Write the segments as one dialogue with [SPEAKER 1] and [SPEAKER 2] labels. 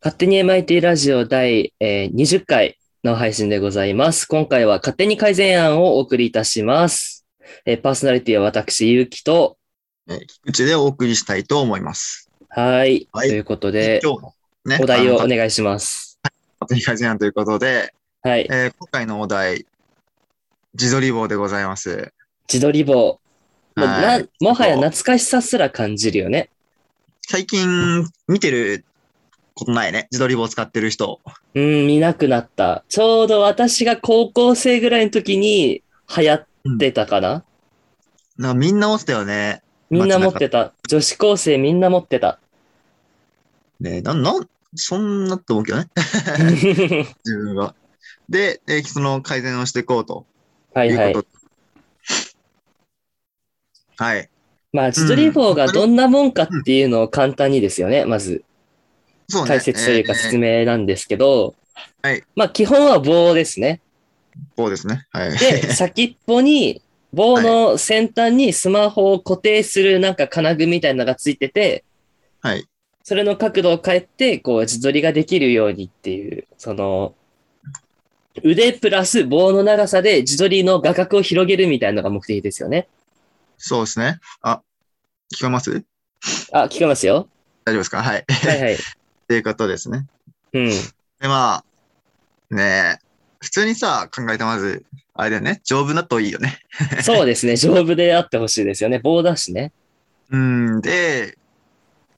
[SPEAKER 1] 勝手に MIT ラジオ第、えー20回の配信でございます。今回は勝手に改善案をお送りいたします。えーパーソナリティは私、ゆうきと、
[SPEAKER 2] えー菊池でお送りしたいと思います。
[SPEAKER 1] はい。
[SPEAKER 2] はい
[SPEAKER 1] ということで、
[SPEAKER 2] 今日のね、
[SPEAKER 1] お題をお
[SPEAKER 2] あの
[SPEAKER 1] 願いします。
[SPEAKER 2] 勝手に改善案ということで、
[SPEAKER 1] はい。
[SPEAKER 2] えー今回のお題、自撮り棒でございます。
[SPEAKER 1] 自撮り棒。もう
[SPEAKER 2] は
[SPEAKER 1] ないもはや懐かしさすら感じるよね。
[SPEAKER 2] 最近見てることないね、自撮り棒使ってる人。
[SPEAKER 1] うん、見なくなった。ちょうど私が高校生ぐらいの時に流行ってたかな、
[SPEAKER 2] なんかみんな持ってたよね。
[SPEAKER 1] みんな持ってた。女子高生みんな持って た。
[SPEAKER 2] ねなん、なん、そんなと思うけどね、自分は。で、えーその改善をしていこうと
[SPEAKER 1] はいいは
[SPEAKER 2] う
[SPEAKER 1] い
[SPEAKER 2] こ。と。はい、
[SPEAKER 1] まあ、自撮り棒がどんなもんかっていうのを簡単にですよね、まず
[SPEAKER 2] そうね。
[SPEAKER 1] 解説というか
[SPEAKER 2] えー
[SPEAKER 1] 説明なんですけど、
[SPEAKER 2] はい
[SPEAKER 1] まあ、基本は棒ですね。
[SPEAKER 2] 棒ですね。はい。
[SPEAKER 1] で、先っぽに、棒の先端にスマホを固定するなんか金具みたいなのがついてて、
[SPEAKER 2] はい。
[SPEAKER 1] それの角度を変えて、こう、自撮りができるようにっていう、その、腕プラス棒の長さで自撮りの画角を広げるみたいなのが目的ですよね。
[SPEAKER 2] そうですね。あ、聞こえます
[SPEAKER 1] あ、聞こえます よ。
[SPEAKER 2] 大丈夫ですかはい。
[SPEAKER 1] はいはい。
[SPEAKER 2] っていうことですね。
[SPEAKER 1] うん。
[SPEAKER 2] で、まあ、ねえ、普通にさ、考えてまず、あれだよね、丈夫だといいよね。
[SPEAKER 1] そうですね。丈夫であってほしいですよね。棒だしね。
[SPEAKER 2] うん、で、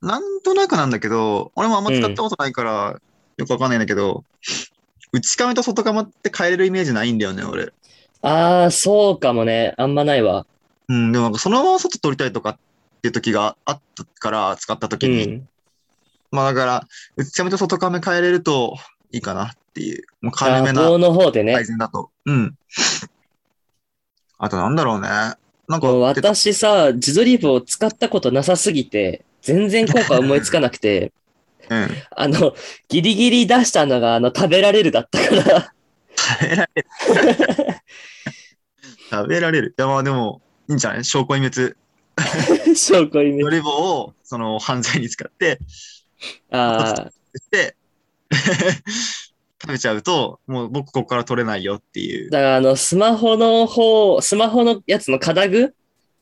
[SPEAKER 2] なんとなくなんだけど、俺もあんま使ったことないから、よくわかんないんだけど、内カメと外カメって変えれるイメージないんだよね、俺。
[SPEAKER 1] ああ、そうかもね。あんまないわ。
[SPEAKER 2] うん、でもなんかそのまま外撮りたいとかっていう時があったから、使った
[SPEAKER 1] う
[SPEAKER 2] 時に。
[SPEAKER 1] ん。
[SPEAKER 2] まあだから、内カメと外カメ変えれるといいかなっていう、もう軽
[SPEAKER 1] あ
[SPEAKER 2] め
[SPEAKER 1] ー
[SPEAKER 2] な。
[SPEAKER 1] 棒の方で
[SPEAKER 2] 改
[SPEAKER 1] ね。
[SPEAKER 2] 善だと。うん。あとなんだろうね。なんか
[SPEAKER 1] もう、私さ、自撮り棒を使ったことなさすぎて、全然効果思いつかなくて、
[SPEAKER 2] うん。
[SPEAKER 1] あの、ギリギリ出したのが、あの、食べられるだったから。
[SPEAKER 2] 食べられる。いやまあでも、いいんじゃない証拠隠滅。
[SPEAKER 1] 証拠隠滅。
[SPEAKER 2] ドリボを、その、犯罪に使って、
[SPEAKER 1] ああ、
[SPEAKER 2] で、 食べちゃうと、もう僕ここから取れないよっていう。
[SPEAKER 1] だからあの、スマホの方、スマホのやつの金具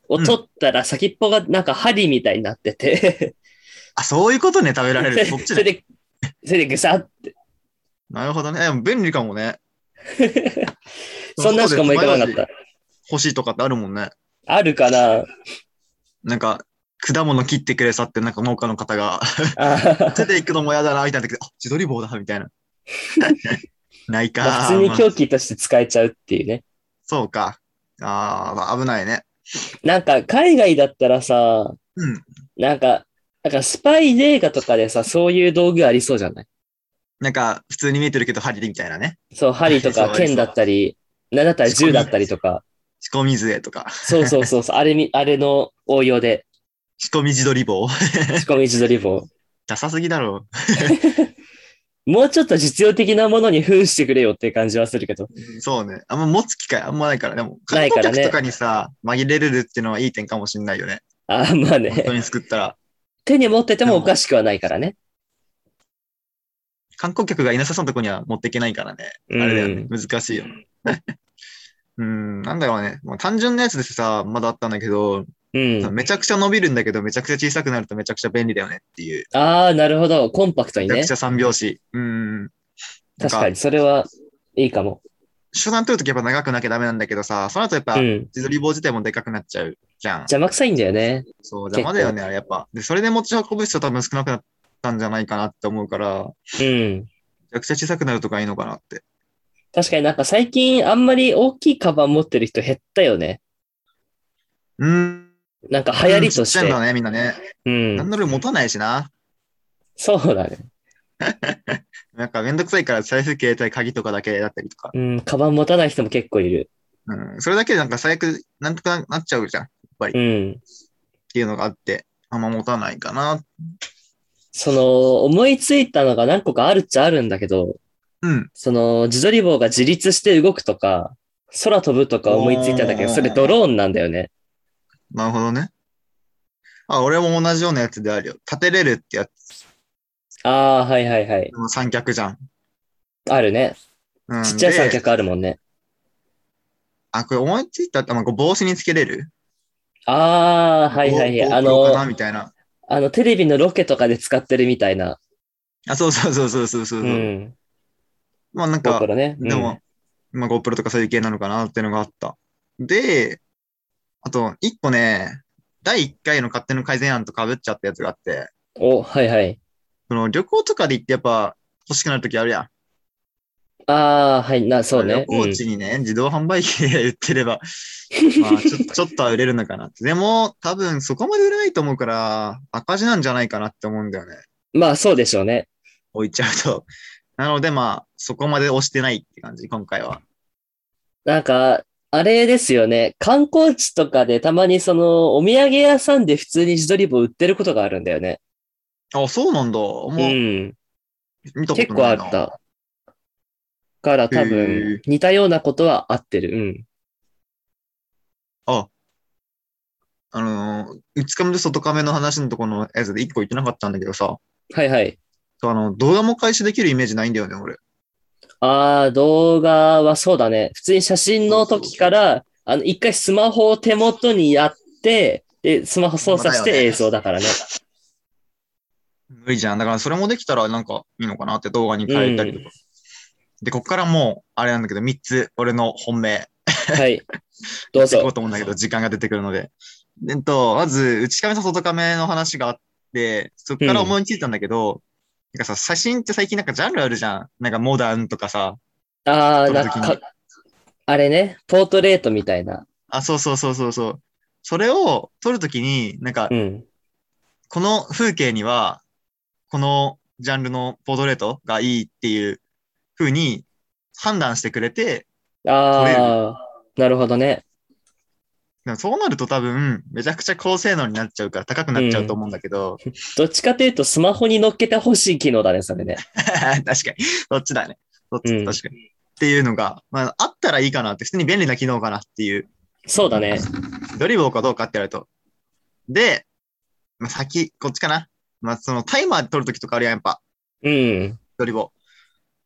[SPEAKER 1] を取ったら先っぽがなんか針みたいになってて、
[SPEAKER 2] あ、そういうことね、食べら れる。そ
[SPEAKER 1] そ
[SPEAKER 2] っち
[SPEAKER 1] れ
[SPEAKER 2] ね。
[SPEAKER 1] で、それでぐさっ
[SPEAKER 2] なるほどね。でも便利か もね。
[SPEAKER 1] そんなんしか思い浮かばなかっ
[SPEAKER 2] 前
[SPEAKER 1] た
[SPEAKER 2] よ。り欲しいとかってあるもんね。
[SPEAKER 1] あるか な
[SPEAKER 2] なんか、果物切ってくれさって、なんか農家の方が。
[SPEAKER 1] あー
[SPEAKER 2] 手で行くのも嫌だな、みたいな時、あ、自撮り棒だ、みた いな。ないか、
[SPEAKER 1] まあ普通に
[SPEAKER 2] まあ
[SPEAKER 1] 凶器として使えちゃうっていうね。
[SPEAKER 2] そうか。あーまあ、危ないね。
[SPEAKER 1] なんか海外だったらさ、
[SPEAKER 2] うん。
[SPEAKER 1] なんか、なんかスパイ映画とかでさ、そういう道具ありそうじゃない
[SPEAKER 2] なんか、普通に見えてるけど、針でみたいなね。
[SPEAKER 1] そう、針と
[SPEAKER 2] あり
[SPEAKER 1] か
[SPEAKER 2] そう
[SPEAKER 1] 剣だったり、なんだったら銃だったりとか。
[SPEAKER 2] 仕込み杖とか、
[SPEAKER 1] そうそうそう そう、あれみ、あれの応用で、
[SPEAKER 2] 仕込み自撮り棒。
[SPEAKER 1] 仕込み自撮り棒。
[SPEAKER 2] ダサすぎだろ
[SPEAKER 1] もうちょっと実用的なものに扮してくれよっていう感じはするけど。
[SPEAKER 2] う。そうね。あんま持つ機会あんまないから、でも、
[SPEAKER 1] な
[SPEAKER 2] 観
[SPEAKER 1] いからね
[SPEAKER 2] 光客とかにさ、紛れれるっていうのはいい点かもしんない よね。
[SPEAKER 1] あーまあ
[SPEAKER 2] 本当
[SPEAKER 1] ね。
[SPEAKER 2] に作ったら。
[SPEAKER 1] 手に持っててもおかしくはないからね。
[SPEAKER 2] 観光客がいなさそうなとこには持っていけないからね。あれだよね。難しい よ。うん、なんだろうね。もう単純なやつでさ、まだあったんだけど、
[SPEAKER 1] うん。うん。
[SPEAKER 2] めちゃくちゃ伸びるんだけど、めちゃくちゃ小さくなるとめちゃくちゃ便利だよねっていう。
[SPEAKER 1] ああ、なるほど。コンパクトに
[SPEAKER 2] めちゃ
[SPEAKER 1] ね
[SPEAKER 2] くち。ゃ三拍子。うん。なん
[SPEAKER 1] 確かに、それはいいかも。
[SPEAKER 2] 初段取るときやっぱ長くなきゃダメなんだけどさ、その後やっぱ
[SPEAKER 1] うん。
[SPEAKER 2] 自撮り棒自体もでかくなっちゃうじゃん。
[SPEAKER 1] 邪魔くさいんだよね。
[SPEAKER 2] そう、邪魔だよね、あれやっぱ。で、それで持ち運ぶ人多分少なくなったんじゃないかなって思うから、め
[SPEAKER 1] うん。
[SPEAKER 2] ちゃくちゃ小さくなるとかいいのかなって。
[SPEAKER 1] 確かになんか最近あんまり大きいカバン持ってる人減ったよね。
[SPEAKER 2] うん。
[SPEAKER 1] なんか流行りとし
[SPEAKER 2] うんちっちゃいん
[SPEAKER 1] て
[SPEAKER 2] だ。ね、みんなね。
[SPEAKER 1] うん。
[SPEAKER 2] なんなら持たないしな。
[SPEAKER 1] そうだね。
[SPEAKER 2] なんかめんどくさいから財布、携帯、鍵とかだけだったりとか。
[SPEAKER 1] うん。カバン持たない人も結構いる。
[SPEAKER 2] うん。それだけでなんか最悪、なんとかなっちゃうじゃん。っ
[SPEAKER 1] うん。
[SPEAKER 2] ていうのがあって、あんま持たないかな
[SPEAKER 1] その、思いついたのが何個かあるっちゃあるんだけど、
[SPEAKER 2] うん。
[SPEAKER 1] その、自撮り棒が自立して動くとか、空飛ぶとか思いついたんだけど、
[SPEAKER 2] おー
[SPEAKER 1] それドローンなんだよね。
[SPEAKER 2] なるほどね。あ、俺も同じようなやつであるよ。立てれるってやつ。
[SPEAKER 1] ああー、はいはいはい。
[SPEAKER 2] もう三脚じゃん。
[SPEAKER 1] あるね。
[SPEAKER 2] うん、
[SPEAKER 1] ちっちゃい三
[SPEAKER 2] で。
[SPEAKER 1] 脚あるもんね。
[SPEAKER 2] あ、これ思いついたって、まあ、こう帽子につけれる
[SPEAKER 1] ああ、はいはいはい。
[SPEAKER 2] こう
[SPEAKER 1] あ
[SPEAKER 2] こうかな
[SPEAKER 1] の、
[SPEAKER 2] みたいな。
[SPEAKER 1] あの、テレビのロケとかで使ってるみたいな。
[SPEAKER 2] あ、そうそうそうそうそうそうう。
[SPEAKER 1] ん。
[SPEAKER 2] まあなん
[SPEAKER 1] だか
[SPEAKER 2] か、
[SPEAKER 1] らね。うん
[SPEAKER 2] でも、まあ GoPro とかそういう系なのかなっていうのがあった。で、あと、一個ね、第1回の勝手の改善案とかぶっちゃったやつがあって、
[SPEAKER 1] お、はいはい。
[SPEAKER 2] その旅行とかで行ってやっぱ欲しくなるときあるやん。
[SPEAKER 1] ああ、はい、な、そうね。
[SPEAKER 2] 旅行地にね、自動販売機で売ってれば、 まあちょちょっとは売れるのかなって。でも、多分そこまで売れないと思うから、赤字なんじゃないかなって思うんだよね。
[SPEAKER 1] うんまあ、そうでしょうね。
[SPEAKER 2] 置いちゃうと。なのでまあ、そこまで押してないって感じ、今回は。
[SPEAKER 1] なんか、あれですよね。観光地とかでたまにその、お土産屋さんで普通に自撮り棒売ってることがあるんだよね。
[SPEAKER 2] あ、そうなんだ。もう、
[SPEAKER 1] うん。
[SPEAKER 2] 見たことないな。
[SPEAKER 1] 結構あった。から多
[SPEAKER 2] へ
[SPEAKER 1] 分
[SPEAKER 2] ー、
[SPEAKER 1] 似たようなことは合ってる。うん。
[SPEAKER 2] あのー、5日目と外カメの話のところのやつで1個言ってなかったんだけどさ、
[SPEAKER 1] はいはい。
[SPEAKER 2] あの、動画も回収できるイメージないんだよね、俺。
[SPEAKER 1] ああ、動画はそうだね。普通に写真の時から、あの、一回スマホを手元にやって、で、スマホ操作し
[SPEAKER 2] そうだよ
[SPEAKER 1] て
[SPEAKER 2] ね
[SPEAKER 1] 映像だ からね。
[SPEAKER 2] 無理じゃん。だからそれもできたらなんかいいのかなって動画に変えたりとか。で、こっからもう、あれなんだけど、3つ、俺の本命、
[SPEAKER 1] はい。どう
[SPEAKER 2] いこ う
[SPEAKER 1] ぞ。
[SPEAKER 2] と思うんだけど、時間が出てくるので。えっと、まず、内カメと外カメの話があって、そっから思いついたんだけど、なんかさ、写真って最近なんかジャンルあるじゃん。なんかモダンとかさ。
[SPEAKER 1] ああ、なん
[SPEAKER 2] その時
[SPEAKER 1] か、あれね、ポートレートみたいな。
[SPEAKER 2] あ、そうそうそうそうそう。それを撮るときに、なんか
[SPEAKER 1] うん。
[SPEAKER 2] この風景には、このジャンルのポートレートがいいっていう風に判断してくれて、
[SPEAKER 1] ああ、なるほどね。
[SPEAKER 2] でもそうなると多分、めちゃくちゃ高性能になっちゃうから高くなっちゃうと思うんだけど、
[SPEAKER 1] どっちかというと、スマホに乗っけてほしい機能だね、それね。
[SPEAKER 2] 確かに、そっちだね。そっち、
[SPEAKER 1] うん
[SPEAKER 2] 確かに。っていうのが、まあ、あったらいいかなって、普通に便利な機能かなっていう、
[SPEAKER 1] そうだね。
[SPEAKER 2] ドリボーかどうかってやると。で、まあ、先、こっちかな。まあ、そのタイマーで撮るときとかあるやん、やっぱ。
[SPEAKER 1] うん。
[SPEAKER 2] ドリボ。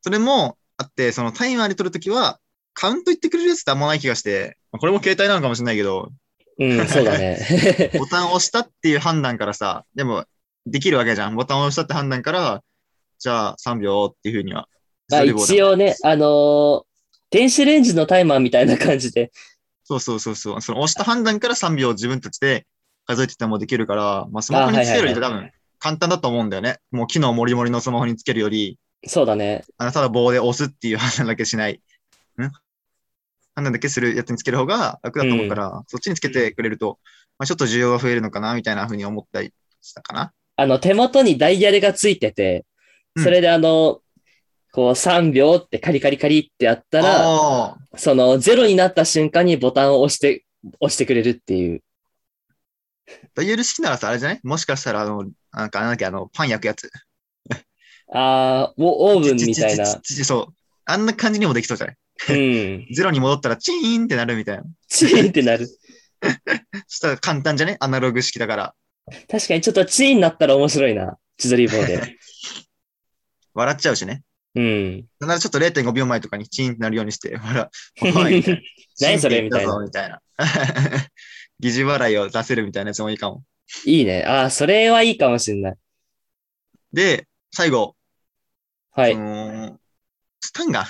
[SPEAKER 2] それもあって、そのタイマーで撮るときは、カウント言ってくれるやつってあんまない気がして、まあこれも携帯なのかもしれない けど、
[SPEAKER 1] うん、そうだ ね。
[SPEAKER 2] ボタンを押したっていう判断からさ、でも、できるわけじゃん。ボタンを押したって判断から、じゃあ3秒っていうふうには。
[SPEAKER 1] まあ、
[SPEAKER 2] ドリボーだ
[SPEAKER 1] 一応ね、あのー電子レンジのタイマーみたいな感じで。
[SPEAKER 2] そうそうそうそう。その押した判断から3秒自分たちで数えててもできるから、まあ、スマホにつけるより多分簡単だと思うんだよね。もう機能もりもりのスマホにつけるより、
[SPEAKER 1] そうだね。
[SPEAKER 2] あの、ただ棒で押すっていう判断だけしない。ん判断だけするやつにつける方が楽だと思うから、そっちにつけてくれると、まあ、ちょっと需要が増えるのかな、みたいなふうに思ったりしたかな。
[SPEAKER 1] あの、手元にダイヤルがついてて、
[SPEAKER 2] うん
[SPEAKER 1] それであの、こう3秒ってカリカリカリってやったら、
[SPEAKER 2] ああ、
[SPEAKER 1] そのゼロになった瞬間にボタンを押して、押してくれるっていう。
[SPEAKER 2] ダイヤル式ならさ、あれじゃないもしかしたら、あの、なんか、なんだっけ、あの、パン焼くやつ。
[SPEAKER 1] ああ、オオーブンみたいな。
[SPEAKER 2] チチチチチチそう。あんな感じにもできそうじゃない
[SPEAKER 1] うん。
[SPEAKER 2] ゼロに戻ったらチーンってなるみたいな。
[SPEAKER 1] チーンってなる。
[SPEAKER 2] そしたら簡単じゃねアナログ式だから。
[SPEAKER 1] 確かにちょっとチーンになったら面白いな。自撮り棒 で。
[SPEAKER 2] 笑っちゃうしね。
[SPEAKER 1] うん。
[SPEAKER 2] なんならちょっと0.5秒前とかにチーンってなるようにして、ほら、 おいみたいな
[SPEAKER 1] 何それみたいな
[SPEAKER 2] 神経だぞみたいな。 疑似笑いを出せるみたいなやつもいいかも。
[SPEAKER 1] いいね。ああ、それはいいかもしれない。
[SPEAKER 2] で、最後、
[SPEAKER 1] はい。
[SPEAKER 2] そのスタン ガン。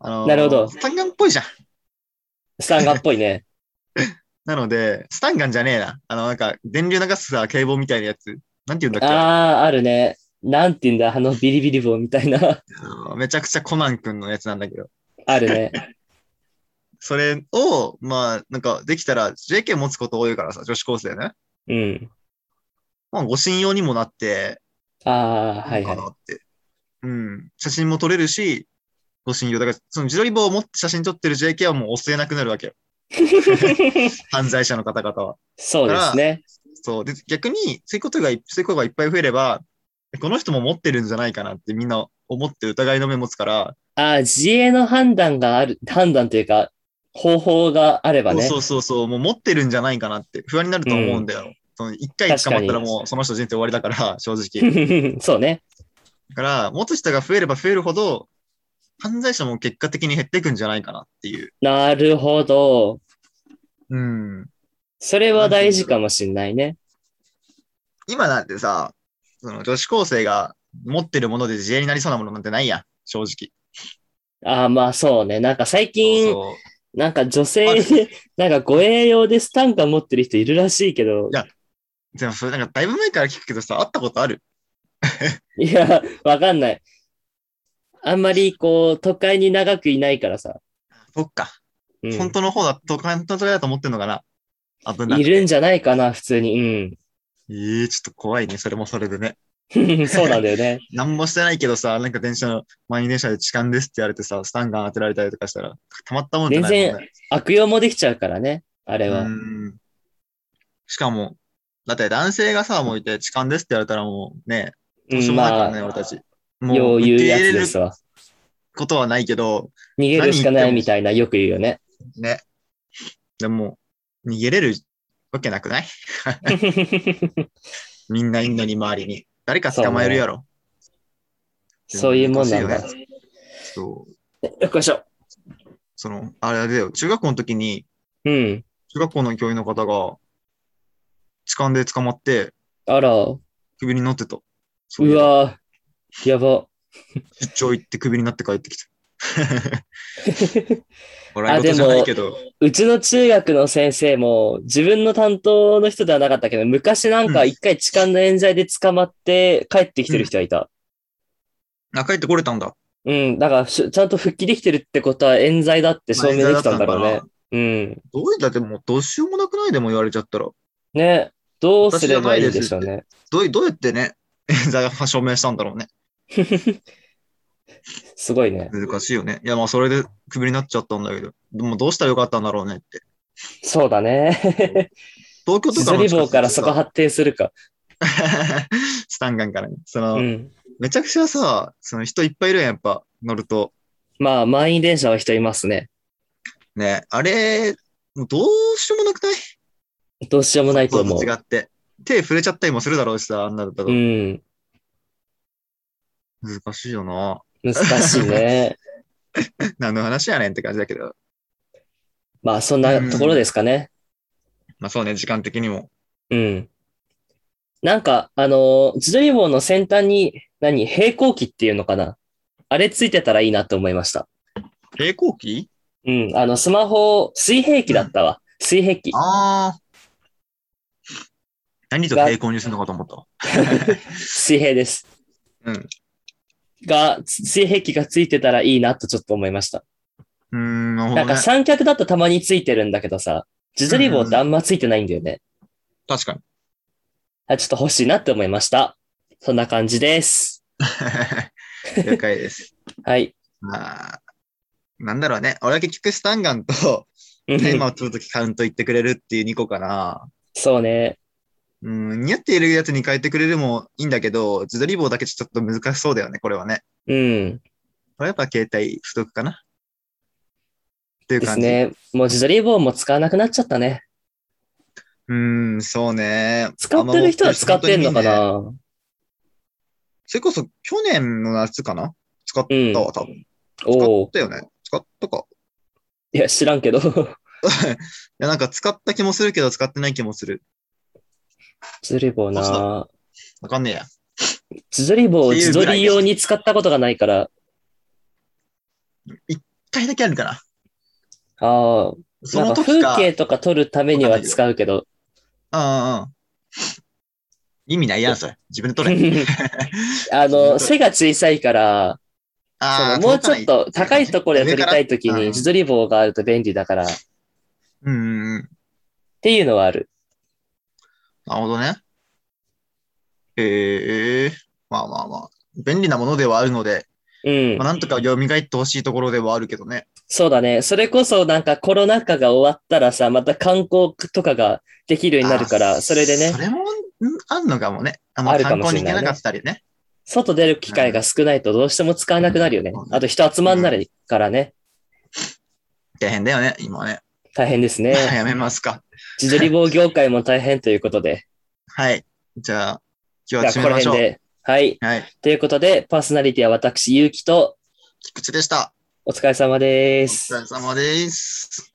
[SPEAKER 2] あのー
[SPEAKER 1] なるほど
[SPEAKER 2] スタンガンっぽいじゃん。
[SPEAKER 1] スタンガンっぽい ね。
[SPEAKER 2] なので、スタンガンじゃねえな。あの、なんか、電流流すさ、警棒みたいなやつ。なんて言うんだっけ
[SPEAKER 1] ああ、あるね。なんて言うんだ、あのビリビリ棒みたいな。
[SPEAKER 2] あのめちゃくちゃコナン君のやつなんだけど。
[SPEAKER 1] あるね。
[SPEAKER 2] それを、まあ、なんか、できたら JK 持つこと多いからさ、女子高生ね。
[SPEAKER 1] うん。
[SPEAKER 2] まあ、護身用にもなって、
[SPEAKER 1] ああ、はいい
[SPEAKER 2] いか
[SPEAKER 1] はい
[SPEAKER 2] な。って。うん。写真も撮れるし、護身用。だから、その自撮り棒を持って写真撮ってる JK はもう押せなくな るわけよ。犯罪者の方々は。
[SPEAKER 1] そうですね。
[SPEAKER 2] そう。で、逆に、そういうことがい、そういうことがいっぱい増えれば、この人も持ってるんじゃないかなってみんな思って疑いの目持つから、
[SPEAKER 1] ああ、自衛の判断がある、判断というか、方法があればね。
[SPEAKER 2] そうそうそうそう、もう持ってるんじゃないかなって不安になると思うんだよ。その一回捕まった
[SPEAKER 1] 確
[SPEAKER 2] ら
[SPEAKER 1] か
[SPEAKER 2] もうその人人生終わりだから、正直。
[SPEAKER 1] そうね。
[SPEAKER 2] だから、持つ人が増えれば増えるほど、犯罪者も結果的に減っていくんじゃないかなっていう。
[SPEAKER 1] なるほど。
[SPEAKER 2] うん。
[SPEAKER 1] それは大事かもしんないね。
[SPEAKER 2] 今なんてさ、その女子高生が持ってるもので自衛になりそうなものなんてないやん、正直。
[SPEAKER 1] ああ、まあそうね。なんか最近、
[SPEAKER 2] そう
[SPEAKER 1] なんか女性で、 なんか護衛用でスタンガン持ってる人いるらしいけど
[SPEAKER 2] い、でもそれなんかだいぶ前から聞くけどさ、会ったことある
[SPEAKER 1] いや、わかんない。あんまりこう、都会に長くいないからさ。
[SPEAKER 2] そっか。
[SPEAKER 1] うん
[SPEAKER 2] 本当の方だと、本当のだと思ってんのかな危ない
[SPEAKER 1] い。るんじゃないかな、普通に。
[SPEAKER 2] ええちょっと怖いね、それもそれでね。
[SPEAKER 1] うん。 そうなんだよね。
[SPEAKER 2] なんもしてないけどさ、なんか電車の、満員電車で痴漢ですって言われてさ、スタンガン当てられたりとかしたら、たまったもんじゃないもんね。
[SPEAKER 1] 悪用もできちゃうからね、あれは。
[SPEAKER 2] うんしかも、だって男性がさ、もういて痴漢ですって言われたらもうね、どうしようもないからね、
[SPEAKER 1] まあ
[SPEAKER 2] 俺たち。も
[SPEAKER 1] よ
[SPEAKER 2] う
[SPEAKER 1] う
[SPEAKER 2] 受
[SPEAKER 1] 言う
[SPEAKER 2] け
[SPEAKER 1] や
[SPEAKER 2] 入れ
[SPEAKER 1] つで
[SPEAKER 2] る
[SPEAKER 1] すわ。
[SPEAKER 2] ことはないけど、
[SPEAKER 1] 逃げるしかないみたいな、よく言うよね。
[SPEAKER 2] ね。でも、逃げれるわけなくないみんないんのに周りに。誰か捕まえるやろ。
[SPEAKER 1] そういうもんなんだ。
[SPEAKER 2] 難しそう。
[SPEAKER 1] よっこいしょ。
[SPEAKER 2] その、あれだよ、中学校の時に、
[SPEAKER 1] うん。
[SPEAKER 2] 中学校の教員の方が、痴漢で捕まって、
[SPEAKER 1] あら、う
[SPEAKER 2] 首になってた。そういう
[SPEAKER 1] わーやば。
[SPEAKER 2] 出張行って首になって帰っ てきた。笑い事じゃないけど、
[SPEAKER 1] うちの中学の先生も、自分の担当の人ではなかったけど、昔なんか一回痴漢の冤罪で捕まって帰ってきてる人がいた。
[SPEAKER 2] あ、帰ってこれたんだ。
[SPEAKER 1] うん、だからしちゃんと復帰できてるってことは冤罪だって証明できたんだろう
[SPEAKER 2] まあ
[SPEAKER 1] ね
[SPEAKER 2] 冤罪だったの。
[SPEAKER 1] うん。
[SPEAKER 2] どういったってもうどうしようもなくないでも言われちゃったら。
[SPEAKER 1] ね、どうすればいいんでしょうね。
[SPEAKER 2] どういどうやってね、 冤罪が証明したんだろうね。
[SPEAKER 1] すごいね。
[SPEAKER 2] 難しいよね。いや、まあそれで首になっちゃったんだけど、でもどうしたらよかったんだろうねって。
[SPEAKER 1] そうだ ね。
[SPEAKER 2] 東京と
[SPEAKER 1] 自
[SPEAKER 2] か
[SPEAKER 1] 撮
[SPEAKER 2] の
[SPEAKER 1] り
[SPEAKER 2] 近く
[SPEAKER 1] 棒からそこ
[SPEAKER 2] さ
[SPEAKER 1] 発展するか。
[SPEAKER 2] スタンガンからね。その、
[SPEAKER 1] うん。
[SPEAKER 2] めちゃくちゃさ、その人いっぱいいるやん、やっぱ乗ると。
[SPEAKER 1] まあ、満員電車は人いますね。
[SPEAKER 2] ね、あれ、もうどうしようもなくない
[SPEAKER 1] どうしようもないと思う。
[SPEAKER 2] 違って。手触れちゃったりもするだろうしさ、あんなのだと
[SPEAKER 1] う。ん。
[SPEAKER 2] 難しいよな。
[SPEAKER 1] 難しいね。
[SPEAKER 2] 何の話やねんって感じだけど。
[SPEAKER 1] まあ、そんなところですかね。
[SPEAKER 2] まあそうね、時間的にも。
[SPEAKER 1] うん。なんか、あのー自撮り棒の先端に、何、平行機っていうのかな。あれついてたらいいなと思いました。
[SPEAKER 2] 平行期
[SPEAKER 1] うん。あの、スマホ、水平器だったわ。水平器。
[SPEAKER 2] ああ。何と平行にするのかと思ったわ。
[SPEAKER 1] 水平です。
[SPEAKER 2] うん。
[SPEAKER 1] が、つ水平器がついてたらいいなとちょっと思いました。
[SPEAKER 2] うーん、なるほ
[SPEAKER 1] な
[SPEAKER 2] ど
[SPEAKER 1] んか
[SPEAKER 2] ね。
[SPEAKER 1] 三脚だとたまについてるんだけどさ、自撮り棒ってあんまついてないんだよね。
[SPEAKER 2] 確かに。
[SPEAKER 1] あ、ちょっと欲しいなって思いました。そんな感じです。
[SPEAKER 2] 了解です。
[SPEAKER 1] はい。
[SPEAKER 2] まあ、なんだろうね。俺は結局スタンガンと
[SPEAKER 1] うん
[SPEAKER 2] タイマーを取るときカウント言ってくれるっていう2個かな。
[SPEAKER 1] そうね。
[SPEAKER 2] うん、似合っているやつに変えてくれるもいいんだけど、自撮り棒だけちょっと難しそうだよね、これはね。
[SPEAKER 1] うん。
[SPEAKER 2] これはやっぱ携帯不足かなっていう
[SPEAKER 1] です
[SPEAKER 2] 感じ。
[SPEAKER 1] ね。もう自撮り棒も使わなくなっちゃったね。
[SPEAKER 2] うーん、そうね。
[SPEAKER 1] 使ってる人は使ってんのか
[SPEAKER 2] あんま持ってる人本当にいいね
[SPEAKER 1] な
[SPEAKER 2] それこそ去年の夏かな使った
[SPEAKER 1] うん。
[SPEAKER 2] わ、多分。
[SPEAKER 1] お
[SPEAKER 2] 使
[SPEAKER 1] お
[SPEAKER 2] っ。たよね。使ったか。
[SPEAKER 1] いや、知らんけど。自
[SPEAKER 2] いや、なんか使った気もするけど、使ってない気もする。
[SPEAKER 1] 撮り棒
[SPEAKER 2] どうし
[SPEAKER 1] な。
[SPEAKER 2] わかんねえや。
[SPEAKER 1] 自撮り棒を
[SPEAKER 2] ってい
[SPEAKER 1] 自
[SPEAKER 2] うぐ
[SPEAKER 1] 撮
[SPEAKER 2] らい
[SPEAKER 1] り用に使ったことがないから。
[SPEAKER 2] 一回だけあるかな。
[SPEAKER 1] ああ。
[SPEAKER 2] そ
[SPEAKER 1] なん
[SPEAKER 2] の
[SPEAKER 1] か
[SPEAKER 2] 時
[SPEAKER 1] 風
[SPEAKER 2] か。
[SPEAKER 1] 景とか撮るためには使うけ ど。
[SPEAKER 2] うんうんうん。意味ないやん、それ。自分で取れ。
[SPEAKER 1] あ
[SPEAKER 2] 自分
[SPEAKER 1] の、
[SPEAKER 2] で撮
[SPEAKER 1] 背が小さいから、そ
[SPEAKER 2] あ
[SPEAKER 1] の
[SPEAKER 2] ー
[SPEAKER 1] もうちょっと高いところで撮りたいとき
[SPEAKER 2] 上から
[SPEAKER 1] に自撮り棒があると便利だからっ
[SPEAKER 2] うんうんうん。
[SPEAKER 1] ていうのはある。
[SPEAKER 2] なるほどね。ええまあまあまあ。便利なものではあるので、
[SPEAKER 1] うん
[SPEAKER 2] まあ、。なんとか蘇ってほしいところではあるけどね。
[SPEAKER 1] そうだね。それこそなんかコロナ禍が終わったらさ、また観光とかができるようになるから、
[SPEAKER 2] あー
[SPEAKER 1] それでね
[SPEAKER 2] そ、れも、んあんのかもね。あんま
[SPEAKER 1] あるか
[SPEAKER 2] 観
[SPEAKER 1] も
[SPEAKER 2] 光
[SPEAKER 1] し
[SPEAKER 2] に
[SPEAKER 1] れ
[SPEAKER 2] 行
[SPEAKER 1] ないね
[SPEAKER 2] けなかったりね。
[SPEAKER 1] 外出る機会が少ないとどうしても使わなくなるよね
[SPEAKER 2] う。ん
[SPEAKER 1] あと人集まんないからね。
[SPEAKER 2] 大変だよね、今はね。
[SPEAKER 1] 大変ですね。
[SPEAKER 2] やめますか。
[SPEAKER 1] 自撮り棒業界も大変ということで。
[SPEAKER 2] はい。じゃあ、今日は
[SPEAKER 1] じゃ
[SPEAKER 2] 締
[SPEAKER 1] あ、こ
[SPEAKER 2] め
[SPEAKER 1] の
[SPEAKER 2] ましょ
[SPEAKER 1] 辺
[SPEAKER 2] う。
[SPEAKER 1] で。はい。
[SPEAKER 2] はい。
[SPEAKER 1] ということで、パーソナリティは私、ゆうきと、
[SPEAKER 2] 菊池でした。
[SPEAKER 1] お疲れ様で
[SPEAKER 2] お
[SPEAKER 1] す
[SPEAKER 2] 疲。れ様です。